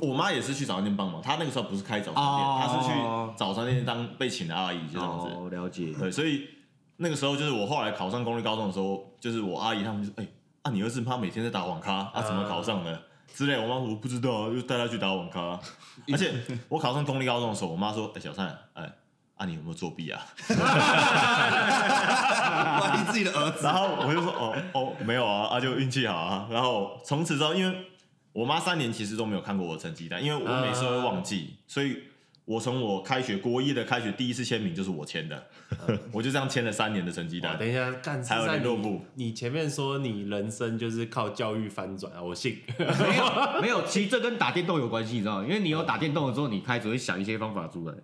A: 我妈也是去早餐店帮忙，她那个时候不是开早餐店，
C: 哦
A: 她是去早餐店当被请的阿姨，就这样子。
C: 哦，了 解。
A: 对，所以那个时候就是我后来考上公立高中的时候，就是我阿姨他们就说：“哎、啊，你儿子他每天在打网咖，啊，怎么考上
B: 嗯
A: 的？”之类，我妈说我不知道啊，就带他去打网咖。而且我考上公立高中的时候，我妈说：“哎、小善，哎、啊，你有没有作弊啊？”
D: 怀疑自己的儿子，
A: 然后我就说哦哦没有啊，啊就运气好啊。然后从此之后，因为我妈三年其实都没有看过我的成绩单，因为我每次会忘
B: 啊
A: 记，所以我从我开学国一的开学第一次签名就是我签的， 我就这样签了三年的成绩
B: 嗯哇
A: 单。
B: 等一下，干
A: 还有
B: 是在
A: 联络
B: 你
A: 部
B: 你前面说你人生就是靠教育翻转啊，我信。
C: 没有没有，其实这跟打电动有关系，你知道吗？因为你有打电动的时候，你开始会想一些方法出来。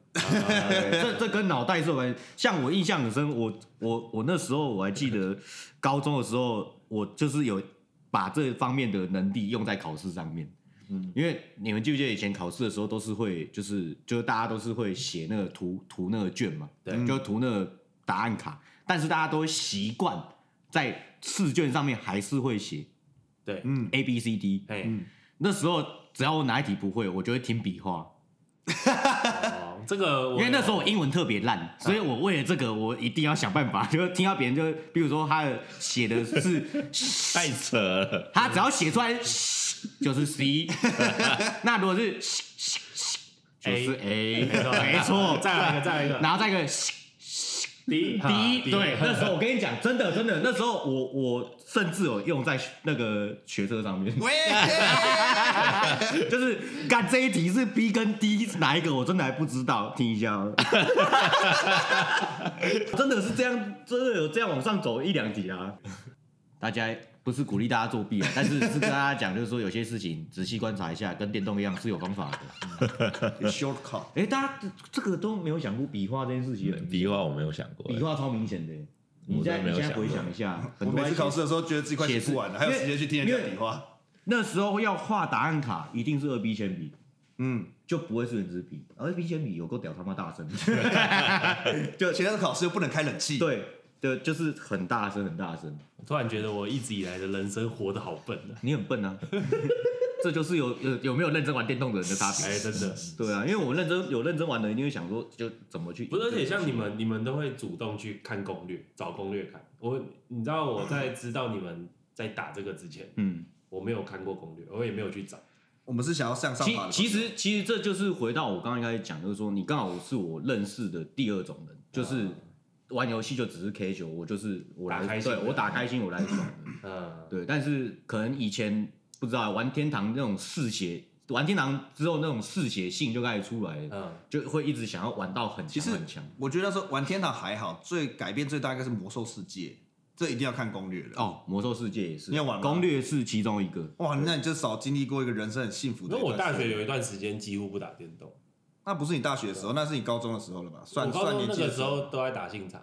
C: 这这跟脑袋是有关系。像我印象很深，我我我那时候我还 记得，高中的时候我就是有把这方面的能力用在考试上面。嗯，因为你们记不记得以前考试的时候都是会，就是就是大家都是会写那个涂涂那个卷嘛，
B: 对
C: 就涂那个答案卡，但是大家都会习惯在试卷上面还是会写
B: 对，
D: 嗯，
C: A B C D，嗯
B: 哎、
C: 那时候只要我哪一题不会，我就会听笔画，
B: 哦，这个我
C: 因为那时候我英文特别烂，所以我为了这个，我一定要想办法。 就是听到别人就，比如说他的写的是，
E: 太扯了，
C: 他只要写出来 就是 C，那如果是 就是 A，没 错，
B: 再来一个，再来一个，
C: 然后再一 个
B: 第一，
C: 第一，
B: 啊
C: 对，那时候我跟你讲，真的真的，那时候我我甚至有用在那个学车上面。
D: 喂，
C: 就是干这一题是 B 跟 D 哪一个，我真的还不知道，听一下哦。 真的是这样，真的有这样往上走一两题啊。大家不是鼓励大家作弊啊，但是是跟大家讲，就是说有些事情仔细观察一下，跟电动一样是有方法的。
D: shortcut，
C: 哎、大家这这个都没有想过笔画这件事情，
E: 笔画我没有想过。
A: 欸
C: 笔画超明显的。欸你
E: 嗯我真
C: 现
E: 的没
C: 在你
E: 有
C: 现在
E: 想
C: 回
E: 过
C: 想一下，很
D: 我
C: 多在
D: 每次考
C: 写
D: 试的时候觉得自己快写不完了，还有时间去听人家比划。
C: 那时候要画答案卡，一定是二 B 铅笔，
D: 嗯，
C: 就不会是圆珠笔。二 B 铅笔有够屌他妈大声。
D: 就前段考试又不能开冷气，
C: 对对，就是很大声，很大声。
B: 我突然觉得我一直以来的人生活得好笨啊！
C: 你很 笨啊，这就是有呃有有没有认真玩电动的人的差
B: 哎，
C: 别。
B: 真的
C: 对啊，因为我认真有认真玩的，一定会想说就怎么去赢
B: 不
C: 这
B: 是，
C: 个游
B: 而
C: 戏。
B: 且像你们，你们都会主动去看攻略，找攻略看。我，你知道我在知道你们在打这个之前，
C: 嗯，
B: 我没有看过攻略，我也没有去找。
D: 我们是想要向上
C: 其
D: 爬的。
C: 其实其实这就是回到我刚刚一开始讲，就是说你刚好是我认识的第二种人，就是玩游戏就只是 K 九，我就是我
B: 啊打
C: 来
B: 开心
C: 对
B: 的
C: 我打开心我来爽的。
B: 嗯，
C: 对，但是可能以前不知道玩天堂那种嗜血，玩天堂之后那种嗜血性就开始出来了，
B: 嗯，
C: 就会一直想要玩到很
D: 其
C: 强
D: 实
C: 很强。
D: 我觉得说玩天堂还好，最改变最大应该是魔兽世界，这一定要看攻略了。
C: 哦，魔兽世界也是，
D: 你有玩吗
C: 攻略是其中一个。
D: 哇，那你就少经历过一个人生很幸福的
B: 那
D: 一段
B: 我
D: 时间。
B: 大学有一段时间几乎不打电动，
D: 那不是你大学的时候，那是你高中的时候了吧？
B: 我
D: 算
B: 高
D: 算
B: 中
D: 年
B: 那
D: 纪
B: 个
D: 的
B: 时候都在打信场，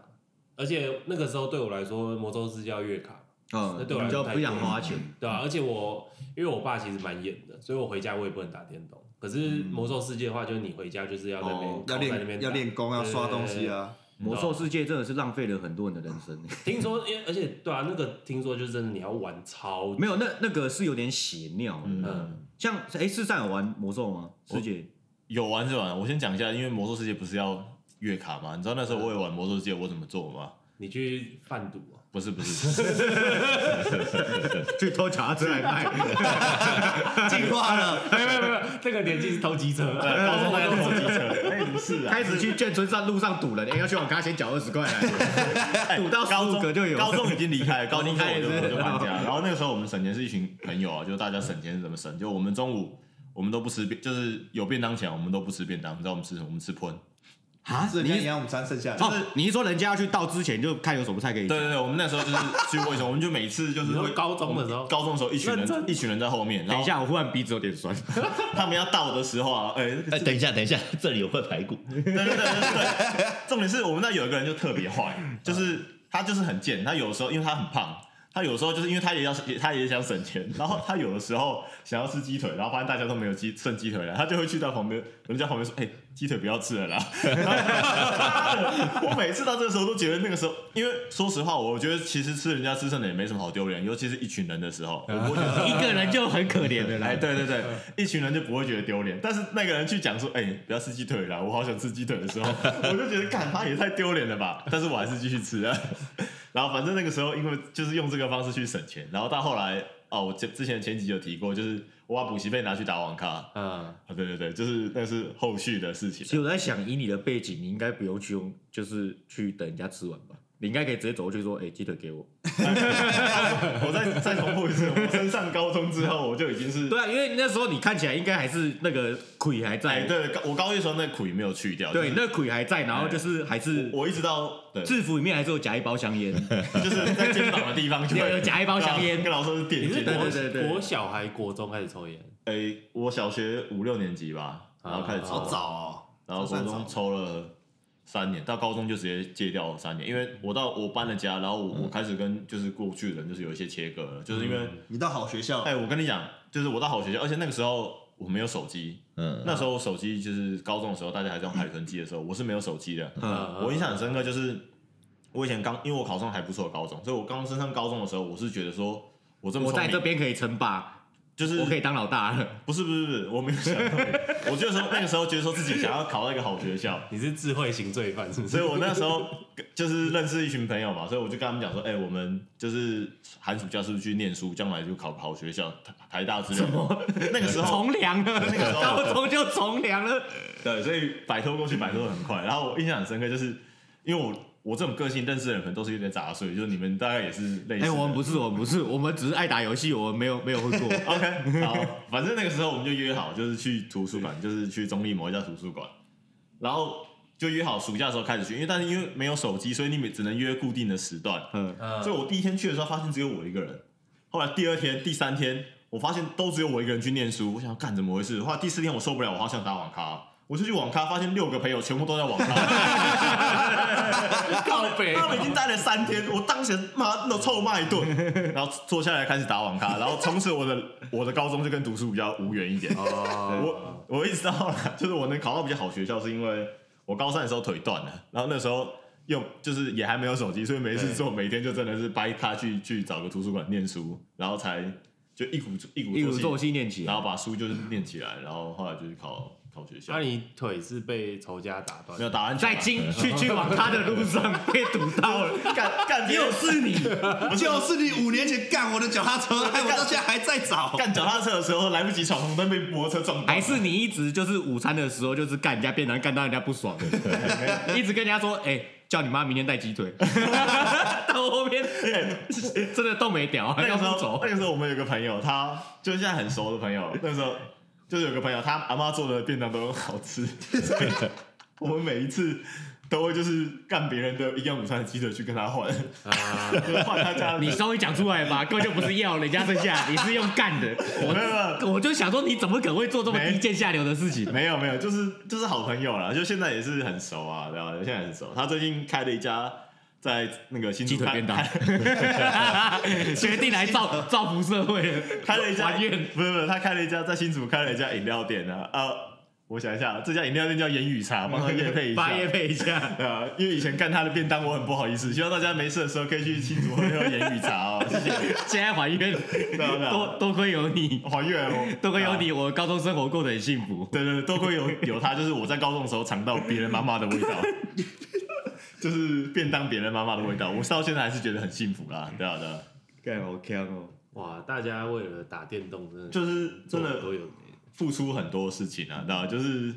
B: 而且那个时候对我来说，魔咒是叫月卡，那
C: 嗯，
B: 对我来
C: 比
B: 说
C: 较
B: 太
C: 不想
B: 贵了
C: 花钱。
B: 对啊，而且我因为我爸其实蛮严的，所以我回家我也不能打电动。可是魔兽世界的话，就是你回家就是要在那边、
C: 哦
D: 要
B: 在那边
D: 练
B: 打
D: 要练功，要刷东西。啊。
C: 魔兽世界真的是浪费了很多人的人生。欸
B: 对对对对听说，因为而且对啊，那个听说就是真的你要玩超
C: 没有，那那个是有点血尿的。
B: 哦嗯
C: 像哎，世上有玩魔兽吗？师姐，
A: 有玩是玩，我先讲一下，因为魔兽世界不是要月卡吗？你知道那时候我也玩魔兽世界，我怎么做吗？
B: 你去贩毒、哦，
A: 不是不 是，
C: 去偷脚踏车来卖，
D: 进化了，
B: 没有没有没有，那个年纪是偷机车，
A: 对，到时候那个投机车，哎不是啊，
C: 开始去眷村上路上堵人，哎，要去网咖先缴二十块来。
A: 哎
C: 赌到
A: 高
C: 15
A: 中
C: 个就有
A: 高 中已经离开了，高中之后我就
C: 离开了
A: 我
C: 是
A: 就搬家 了。然后那个时候我们省钱是一群朋友啊，就大家省钱是怎么省？就我们中午我们都不吃便，就是有便当前我们都不吃便当，你知道我们吃什么？我们吃喷。
C: 啊
D: 是跟
C: 你
D: 杨午餐剩下的，
C: 哦，你是说人家要去到之前就看有什么菜可以？
A: 对对对，我们那时候就是去卫生，我们就每次就是
B: 你说
A: 会
B: 高中的时候
A: 高中的时候一群
B: 认
A: 人
B: 真
A: 一群人在后面，然
C: 等一
A: 后
C: 下，我忽然鼻子有点酸。
A: 他们要到的时候啊，哎、
E: 哎，等一下，等一下，这里有块排骨，
A: 对对对对对，重点是我们那有一个人就特别坏，就是他就是很贱，他有时候因为他很胖。他有时候就是因为他也要也他也想省钱，然后他有的时候想要吃鸡腿，然后发现大家都没有鸡剩鸡腿了，他就会去到旁边人家旁边说：“哎、鸡腿不要吃了啦！” 我每次到这个时候都觉得那个时候，因为说实话，我觉得其实吃人家吃剩的也没什么好丢脸，尤其是一群人的时候，我不会觉得
C: 一个人就很可怜的
A: 哎，
C: 啦。
A: 对对对，一群人就不会觉得丢脸，但是那个人去讲说，哎、不要吃鸡腿啦，我好想吃鸡腿的时 候，我就觉得，干他也太丢脸了吧，但是我还是继续吃啊。 然后反正那个时候，因为就是用这个方式去省钱，然后到后来，哦，我之之前前几集有提过，就是我把补习费拿去打网咖，啊，
B: 嗯，
A: 对对对，就是那是后续的事情
C: 其。实我在想，以你的背景，你应该不用去用，就是去等人家吃完吧。你应该可以直接走过去说：“哎、鸡腿给我。
A: 我 再再重复一次，我升上高中之后，我就已经”是
C: 对啊，因为那时候你看起来应该还是那个腿还在，
A: 哎，对，高我高一的时候那苦也没有去掉，
C: 对，
A: 就是
C: 那鬼还在，然后就是还是
A: 我一直到对，
C: 制服里面还是有夹一包香烟，
A: 就是在肩膀的地方就
C: 有
A: 会
C: 有夹一包香烟
A: 跟老师是
B: 你
A: 点
B: 是
A: 睛。
B: 国
C: 对对对对
B: 国小还国中开始抽烟，
A: 诶、哎我小学五六年级吧，然后开始抽，
D: 好早哦。
A: 然后
D: 总
A: 国
D: 算
A: 中
D: 早
A: 抽了三年，到高中就直接戒掉三年，因为我到我搬了家，然后我,、
C: 嗯
A: 我开始跟就是过去的人就是有一些切割了，就是因为，
D: 你到好学校
A: 哎、，我跟你讲，就是我到好学校，而且那个时候我没有手机，
E: 嗯，
A: 那时候手机就是高中的时候，大家还在用海豚机的时候，我是没有手机的，
C: 嗯，
A: 我印象很深刻，就是我以前刚，因为我考上还不错的高中，所以我刚升上高中的时候，我是觉得说，我这么
C: 我
A: 聪
C: 在这
A: 明，
C: 边可以称霸，
A: 就是
C: 我可以当老大了。
A: 不是不是不是，我没有想 到，我就说那个时候觉得说自己想要考到一个好学校，
B: 你是智慧型罪犯是不是？
A: 所以我那时候就是认识一群朋友嘛，所以我就跟他们讲说，哎、我们就是寒暑假是不是去念书，将来就考好学校，台台大之类的。那个时候，
C: 从良了，
A: 那个时候
C: 高中就从良了。
A: 对，所以摆脱过去摆脱的很快。然后我印象很深刻，就是因为我我这种个性认识的人可能都是有点杂碎，就是你们大概也是类似
C: 哎、
A: 的。
C: 我们不是，我们不是，我们只是爱打游戏，我们没有没有会 过。
A: OK，好，反正那个时候我们就约好，就是去图书馆，就是去中立某一家图书馆，然后就约好暑假的时候开始去，因为但是因为没有手机，所以你每只能约固定的时段。
C: 嗯，
B: 嗯
A: 所以我第一天去的时候，发现只有我一个人。后来第二天、第三天，我发现都只有我一个人去念书。我想干怎么回事？后来第四天我受不了，我好想打网咖哦，我就去网咖，发现六个朋友全部都在网咖，
B: 告北
A: 他们已经待了三天，我当时妈那臭骂一顿，然后坐下来开始打网咖，然后从此我的我的高中就跟读书比较无缘一点。
B: 哦，
A: 我我一直到了， 就是我能考到比较好学校，是因为我高三的时候腿断了，然后那时候用就是也还没有手机，所以没事做，每天就真的是掰咖去 去找个图书馆念书，然后才就一鼓一鼓
C: 一鼓
A: 作
C: 作
A: 气，
C: 气念起
A: 然
C: 来，
A: 后把书就是念起来，然后后来就去考考学校
B: 那、，你腿是被仇家打 断
A: 没有？打篮球
C: 在
A: 啊，
C: 进去去往他的路上被堵到了。
A: 干干 又是你，不是
D: 就是你五年前干我的脚踏车，哎害我到现在还在找。
A: 干脚踏车的时候来不及闯红灯被摩托车撞到
C: 还。是你一直就是午餐的时候就是干人家便当，干到人家不爽， 一直跟人家说，哎、叫你妈明天带鸡腿， 到后面真的都没屌，
A: 那
C: 要
A: 个时
C: 不
A: 候
C: 走，
A: 那，个时候我们有个朋友，他就是现在很熟的朋 友，那时候就是有个朋友，他阿妈做的便当都很好 吃，所以我们每一次都会就是干别人的营养午餐的鸡腿去跟他换，
B: 啊
A: 就是换他家的。
C: 你稍微讲出来吧，根本就不是要人家剩下，你是用干的，
A: 没有没有
C: 我我就想说你怎么可能会做这么低贱下流的事情？
A: 没有没有，就是就是好朋友啦，就现在也是很熟啊，对吧、现在很熟。他最近开了一家在那个新竹
C: 鸡腿
A: 开
C: 便当，决定来造造福社会了，
A: 开了一家，
C: 还愿
A: 不是不是，他开了一家在新竹开了一家饮料店啊啊！我想一下，这家饮料店叫言语茶， 帮他夜配一下。
C: 八夜配一 下。
A: 对啊，因为以前干他的便当，我很不好意思。希望大家没事的时候可以去新竹喝喝言语茶 哦，谢谢。
C: 现在还愿，
A: 对啊对啊
C: 多多亏有你，
A: 还愿哦，
C: 多亏有
A: 对啊。
C: 你，我高中生活过得很幸福。
A: 对对对，多亏有有他，就是我在高中的时候尝到别人妈妈的味 道，就是便当别人妈妈的味道，我到现在还是觉得很幸福啦。对啊对啊，
C: 干好强哦！
B: 哇，大家为了打电动真的
A: 就是真的
B: 都有
A: 付出很多事情啊，对啊，就是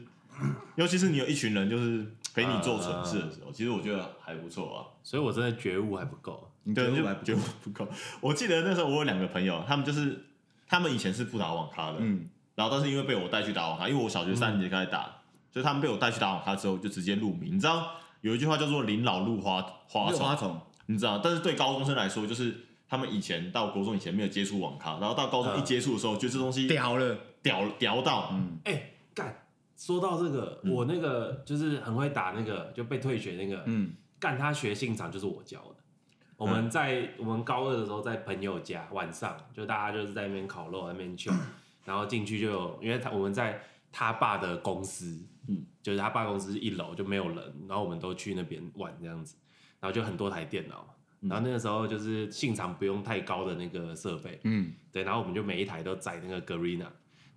A: 尤其是你有一群人就是陪你做蠢事的时
C: 啊
A: 候，其实我觉得还不错啊。
B: 所以我真的觉悟还不够。
C: 你
A: 对，
C: 觉
A: 就
C: 得我还不
A: 觉得 不够。我记得那时候我有两个朋友，他们就是他们以前是不打网咖的，
C: 嗯，
A: 然后但是因为被我带去打网咖，因为我小学三年级开始打，所以他们被我带去打网咖之后就直接入迷。你知道有一句话叫做“临老入花花
C: 六
A: 丛
C: 花”，虫，
A: 你知道？但是对高中生来说，就是他们以前到国中以前没有接触网咖，然后到高中一接触的时候，觉得这东西
C: 屌了，
A: 屌屌到，
C: 嗯，
B: 哎、干，说到这个，我那个就是很会打那个就被退学那个，
C: 嗯，
B: 干他学现场就是我教的。我们在、我们高二的时候在朋友家晚上，就大家就是在那边烤肉，在那边 chill，然后进去就有，因为他我们在他爸的公司，嗯，就是他爸公司一楼就没有人，然后我们都去那边玩这样子，然后就很多台电脑嘛，然后那个时候就是现场不用太高的那个设备，
C: 嗯，
B: 对，然后我们就每一台都载那个 Garena，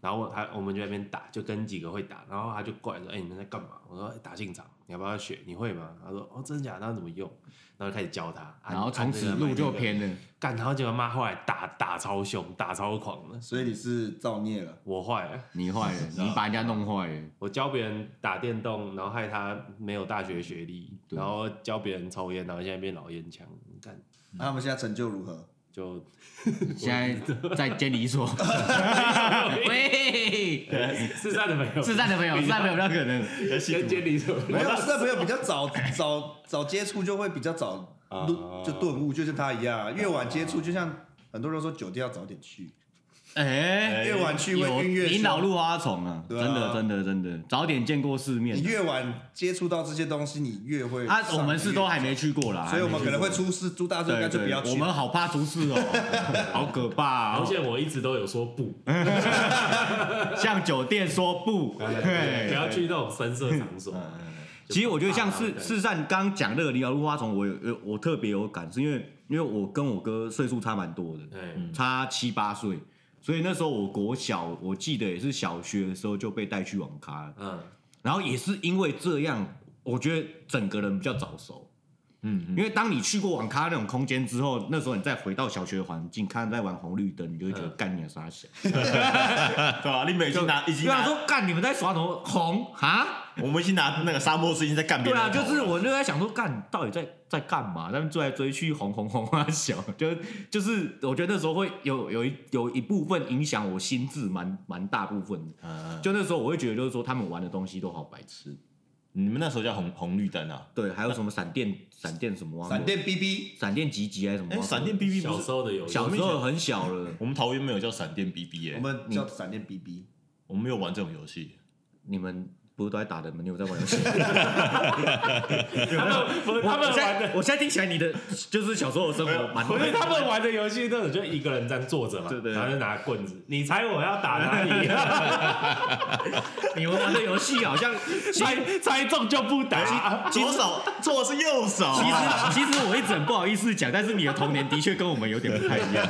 B: 然后我他我们就在那边打，就跟几个会打，然后他就过来说：“哎、你们在干嘛？”我说：“打现场，你要不要学？你会吗？”他说：“哦，真的假的？那怎么用？”然后就开始教他，啊
C: 然后从此路就，偏 了。
B: 你按这个买这个干，然后结果妈后来打打超凶，打超狂的，
D: 所以你是造孽了。
B: 我坏了，
C: 你坏了，
B: 啊
C: 你把人家弄坏了，
B: 我教别人打电动，然后害他没有大学学历，
C: 对
B: 然后教别人抽烟，然后现在变老烟枪，干
C: 嗯
D: 那他们现在成就如何？
B: 就
C: 现在在监理所。喂，
B: 是善的朋友，
C: 自善的朋友，自善的朋友不要可能。
B: 跟监理所
D: 没有，这朋友比较早早早接触，就会比较早
B: 啊
D: 顿就顿悟，就像他一样，啊越晚接触，就像很多人说酒店要早点去，
C: 哎，
D: 越晚去
C: 有
D: 会晕越
C: 引导
D: 凶。
C: 入花丛啊，真
D: 对啊
C: 的真的真的，早点见过世面
D: 你。越晚接触到这些东西，你越会
C: 啊
D: 上瘾。
C: 我们是都还没去过啦，
D: 所以我们可能
C: 还
D: 会
C: 没去
D: 出事，朱大
C: 过。
D: 顺干脆
C: 对
D: 不要
C: 对，
D: 去。
C: 我们好怕出事 哦，好可怕
B: 而
C: 哦！
B: 且我一直都有说不，
C: 向酒店说 不，
B: 哎不
C: 对
B: 要去那种深色场所。
C: 其实我觉得像是
B: 是
C: 是善刚讲那个领导入花丛，我有有我特别有感，是因为因为我跟我哥岁数差蛮多的，
B: 哎，
C: 差七八岁，所以那时候我国小，我记得也是小学的时候就被带去网咖了，
B: 嗯，
C: 然后也是因为这样，我觉得整个人比较早熟。嗯，因为当你去过网咖那种空间之后，那时候你再回到小学的环境，看他在玩红绿灯，你就会觉得
B: 嗯
C: 干你傻小。
A: 对吧、啊？你们已经拿已经
C: 因为他
A: 拿，
C: 说干你们在耍什么红啊？
A: 我们已经拿那个沙漠之心在干别
C: 对
A: 人
C: 啊，
A: 的头
C: 就
A: 了。
C: 是我就在想说，干到底在在干嘛？他们追来追去，红红红啊小，就就是我觉得那时候会有有一有一部分影响我心智蛮蛮大部分的。
A: 嗯，
C: 就那时候我会觉得，就是说他们玩的东西都好白痴。
A: 你们那时候叫红红绿灯啊？
C: 对，还有什么闪电闪电什么啊
D: 闪电 BB，
C: 闪电吉吉还是什么
A: 哎，
C: 啊？
A: 闪电 BB
B: 小
A: 不
B: 时
A: 是？
B: 候的游戏，
C: 小时候很小了，
A: 我们桃园没有叫闪电 BB 耶、
D: 我们
C: 嗯
D: 叫闪电 BB。
A: 我们没有玩这种游戏。
C: 你们不是都在打人吗？你有在玩游戏？
B: 他们不是他们
C: 我现
B: 玩
C: 在
B: 的，
C: 我现在听起来你的就是小时候的生活蛮
B: 不是他们玩的游戏那种，就一个人这样坐着嘛，
C: 对对
B: 然后就拿棍子，你猜我要打哪里？
C: 你们玩的游戏好像其
B: 猜猜中就不 打。
A: 左手做的是右手啊，
C: 其实其实我一直很不好意思讲，但是你的童年的确跟我们有点不太一样。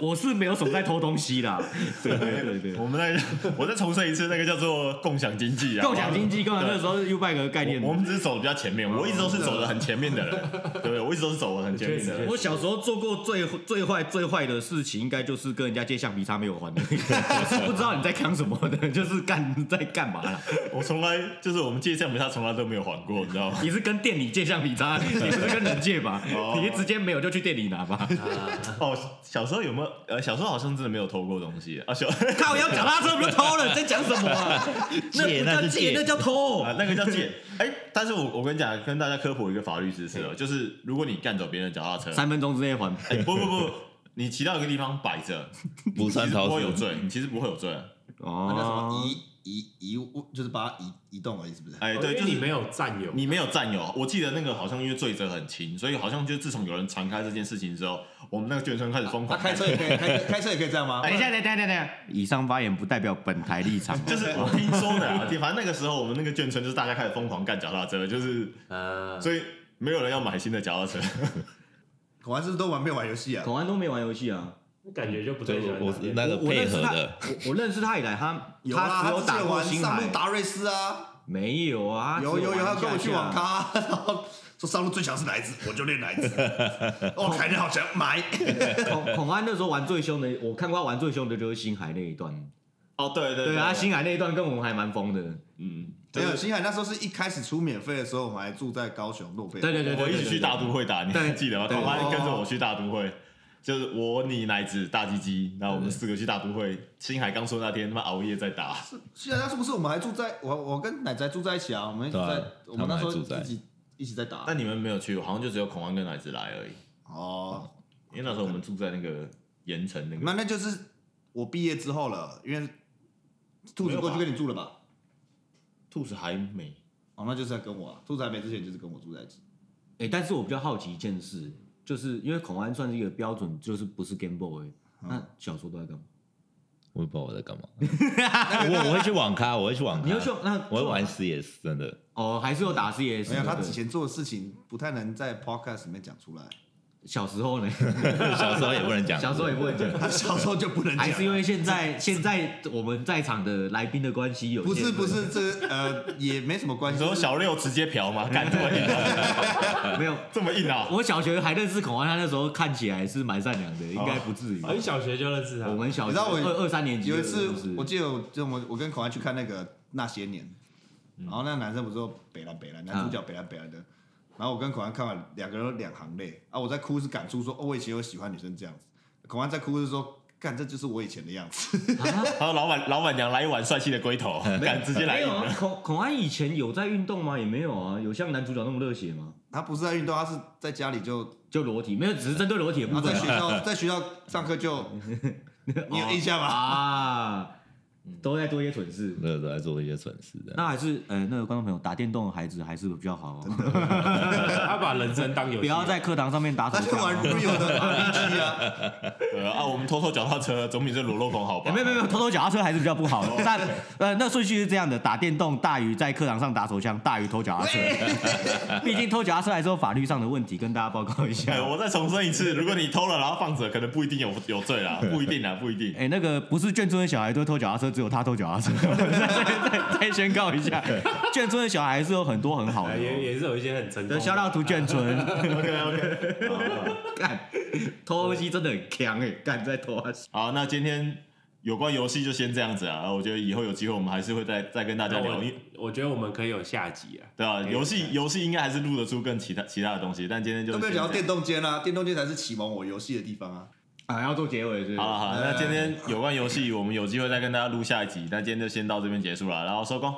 C: 我是没有什么在偷东西啦， 对对对对。
A: 我们那个，我再重申一次，那个叫做共享经济啊。
C: 共享经济，共享那时候是 U bike 的概念
A: 我，。我们只是走的比较前面，我一直都是走的很前面的人，对不对？我一直都是走的很前面的
B: 确
A: 人
B: 实。
C: 我小时候做过最最坏最坏的事情，应该就是跟人家借橡皮擦没有还 的。我是不知道你在扛什么的， 就是干在干嘛啦？
A: 我从来就是我们借橡皮擦，从来都没有还过，你知道吗？
C: 你是跟店里借橡皮 擦，你不是跟人借吧？
A: 哦
C: 你直接没有就去店里拿吧。
A: 哦，小时候有没有？呃，小时候好像真的没有偷过东西啊。小
C: 靠，要脚踏车不就偷了？你在讲什么啊？
E: 借
C: 那
E: 那
C: 不叫
E: 是 借
C: 借，那叫偷。
A: 啊，那个叫借。哎、但是我我跟你讲，跟大家科普一个法律知识哦，就是如果你干走别人的脚踏车，
C: 三分钟之内还。
A: 哎、不不不，你骑到一个地方摆着，
E: 不
A: 其
E: 算
A: 实
E: 逃
A: 不会有
E: 税，
A: 罪，你其实不会有罪。
D: 那
C: 哦
D: 叫什么？遗移移物，就是把它移移动而已，是不是？
A: 哎，
B: 哦
A: 对，
B: 因
A: 就
B: 为
A: 是
B: 你没有占有，
A: 你没有占有，我记得那个好像因为罪责很轻，所以好像就自从有人传开这件事情之后，我们那个眷村开始疯
D: 他
A: 狂
D: 开车也可以，开开车也可以这样吗？
C: 等一下，等一下，等一下，以上发言不代表本台立场。
A: 就是我听说的啊，反正那个时候我们那个眷村就是大家开始疯狂干脚踏车，就是
B: 呃，
A: 所以没有人要买新的脚踏车，
D: 恐安是不是都玩没玩游戏啊？
C: 孔安都没玩游戏啊，
B: 感觉就不太
E: 对
B: 喜欢
E: 我我
B: 打电
E: 那
B: 动
E: 个
C: 我我
E: 配
C: 认识
E: 合
C: 他
E: 的，，
C: 我我认识他以来，他
D: 有啊，
C: 他只
D: 他
C: 有
D: 之前
C: 打过
D: 玩
C: 星
D: 上
C: 海
D: 路，达瑞斯啊，
C: 没有啊，
D: 有有有，他
C: 他
D: 跟我去网咖， 然后说上路最强是哪一只，我就练 哪一只。哦，凯人好强， 买。
C: 孔孔安那时候玩最凶的，我看过他玩最凶的就是星海那一段。
A: 哦，对对
C: 对啊，星海那一段跟我们还蛮疯的。
A: 嗯，
D: 没有，星海那时候是一开始出免费的时候，我们还住在高雄诺贝尔。
C: 对对对，对
A: 我一起去大都。会打，你还
C: 对
A: 记得吗？
C: 对
A: 同班
D: 哦
A: 跟着我去大都会，就是我、你、奶子、大鸡鸡，然后我们四个去大都会。星海刚说那天他妈熬夜在打，
D: 星海那时候不是我们还住在我我跟奶仔住在一起啊，我们一起在
E: 对啊
D: 我们那时候
E: 他们还住在
D: 自己一起在哎打。
A: 但你们没有去，好像就只有孔安跟奶子来而已。
D: 哦，
A: 因为那时候我们住在那个盐城那
D: 那
A: 个，
D: 那就是我毕业之后了，因为兔子过去跟你住了吧？
A: 兔子还没
D: 哦，那就是在跟我、啊，兔子还没之前就是跟我住在一起。
C: 哎，但是我比较好奇一件事，就是因为孔安算是一个标准，就是不是 Game Boy，那
D: 嗯
C: 小时候都在干嘛？
E: 我也不知道我在干 嘛。我我会去网咖，我会去网咖，
C: 你要去那
E: 我会玩 CS，真的。
C: 哦，还是有打 CS？
D: 没有，他
C: 对
D: 以前做的事情不太能在 podcast 里面讲出来，
C: 小时 候呢，
E: 小时候也不 能讲，
C: 小时候也不能讲。
D: 他小时候就 不能讲。
C: 还是因为现在现在我们在场的来宾的关系有
D: 不
C: 些
D: 是不是这呃也没什么关
A: 你
D: 系。
A: 说小六直接嫖吗？干这么硬、 啊，
C: 没有，
A: 这么硬啊！
C: 我小学还认识孔安，他那时候看起来是蛮善良的，应该不至于。
B: 很哦小学就认识他
C: 我，们小
D: 哦哎你
C: 学
D: 知道我
C: 二二三年级
D: 有一
C: 的时候是
D: 次，我记得我就我我跟孔安去看那个那些年，然后那个男生不是说北兰北兰，男主角北兰北兰的，然后我跟孔安看完，两个人都两行泪啊，我在哭是感触说，哦，我以前有喜欢女生这样子，孔安在哭是说，干这就是我以前的样子，
A: 他说老板老板娘来一碗帅气的 龟头，敢直接来
C: 没
A: 硬
C: 有啊
A: 的。？
C: 孔孔安以前有在运动吗？也没有啊，有像男主角那么热血吗？
D: 他不是在运动，他是在家里就，
C: 就裸体，没有，只是针对裸体的
D: 然
C: 部
D: 后
C: 分
D: 啊
C: 啊
D: 在学校在学校上课就，你有印象
C: 啊
D: 吗？
C: 啊，都在做一些蠢事。
E: 那时候在做一些蠢事的。
C: 那还是呃，那个观众朋友打电动的孩子还是比较好哦，
B: 他把人生当游戏，
C: 不要在课堂上面打手
D: 他去
C: 枪哦。
D: 玩 real 的 RPG 啊，
A: 对啊，我们偷偷脚踏车，总比这裸露狂好吧？
C: 哎没有没有没有，偷偷脚踏车还是比较不好的。但呃，那顺序是这样的：打电动大于在课堂上打手枪，大于偷脚踏车。 毕竟偷脚踏车还是有法律上的问题，跟大家报告一下
A: 哎，。我再重申一次，如果你偷了然后放着，可能不一定有有罪啦，不一定啦，不一定。
C: 哎、那个不是眷村的小孩都偷脚踏车，只有他偷脚踏车。 再再再宣告一 下，眷村的小孩是有很多很好的、
B: 呃也
C: 哦。
B: 也是有一些很成功
C: 对，
B: 的
C: 肖，道图眷 村，
A: OK OK，
C: 干偷东西真的很强哎、干在偷啊！
A: 好，那今天有关游戏就先这样子啊。我觉得以后有机会我们还是会再再跟大家
B: 那
A: 聊，
B: 我
A: 因为
B: 我觉得我们可以有下集啊，
A: 对啊，
B: 可以
A: 游戏游戏应该还是录得出更其他其他的东西，但今天就
D: 都没有
A: 先
D: 讲到
A: 这样
D: 电动间啊，电动间才是启蒙我游戏的地方啊。
C: 啊，要做结尾是不是
A: 好了好了，那今天有关游戏，我们有机会再跟大家录下一集。那今天就先到这边结束了，然后收工。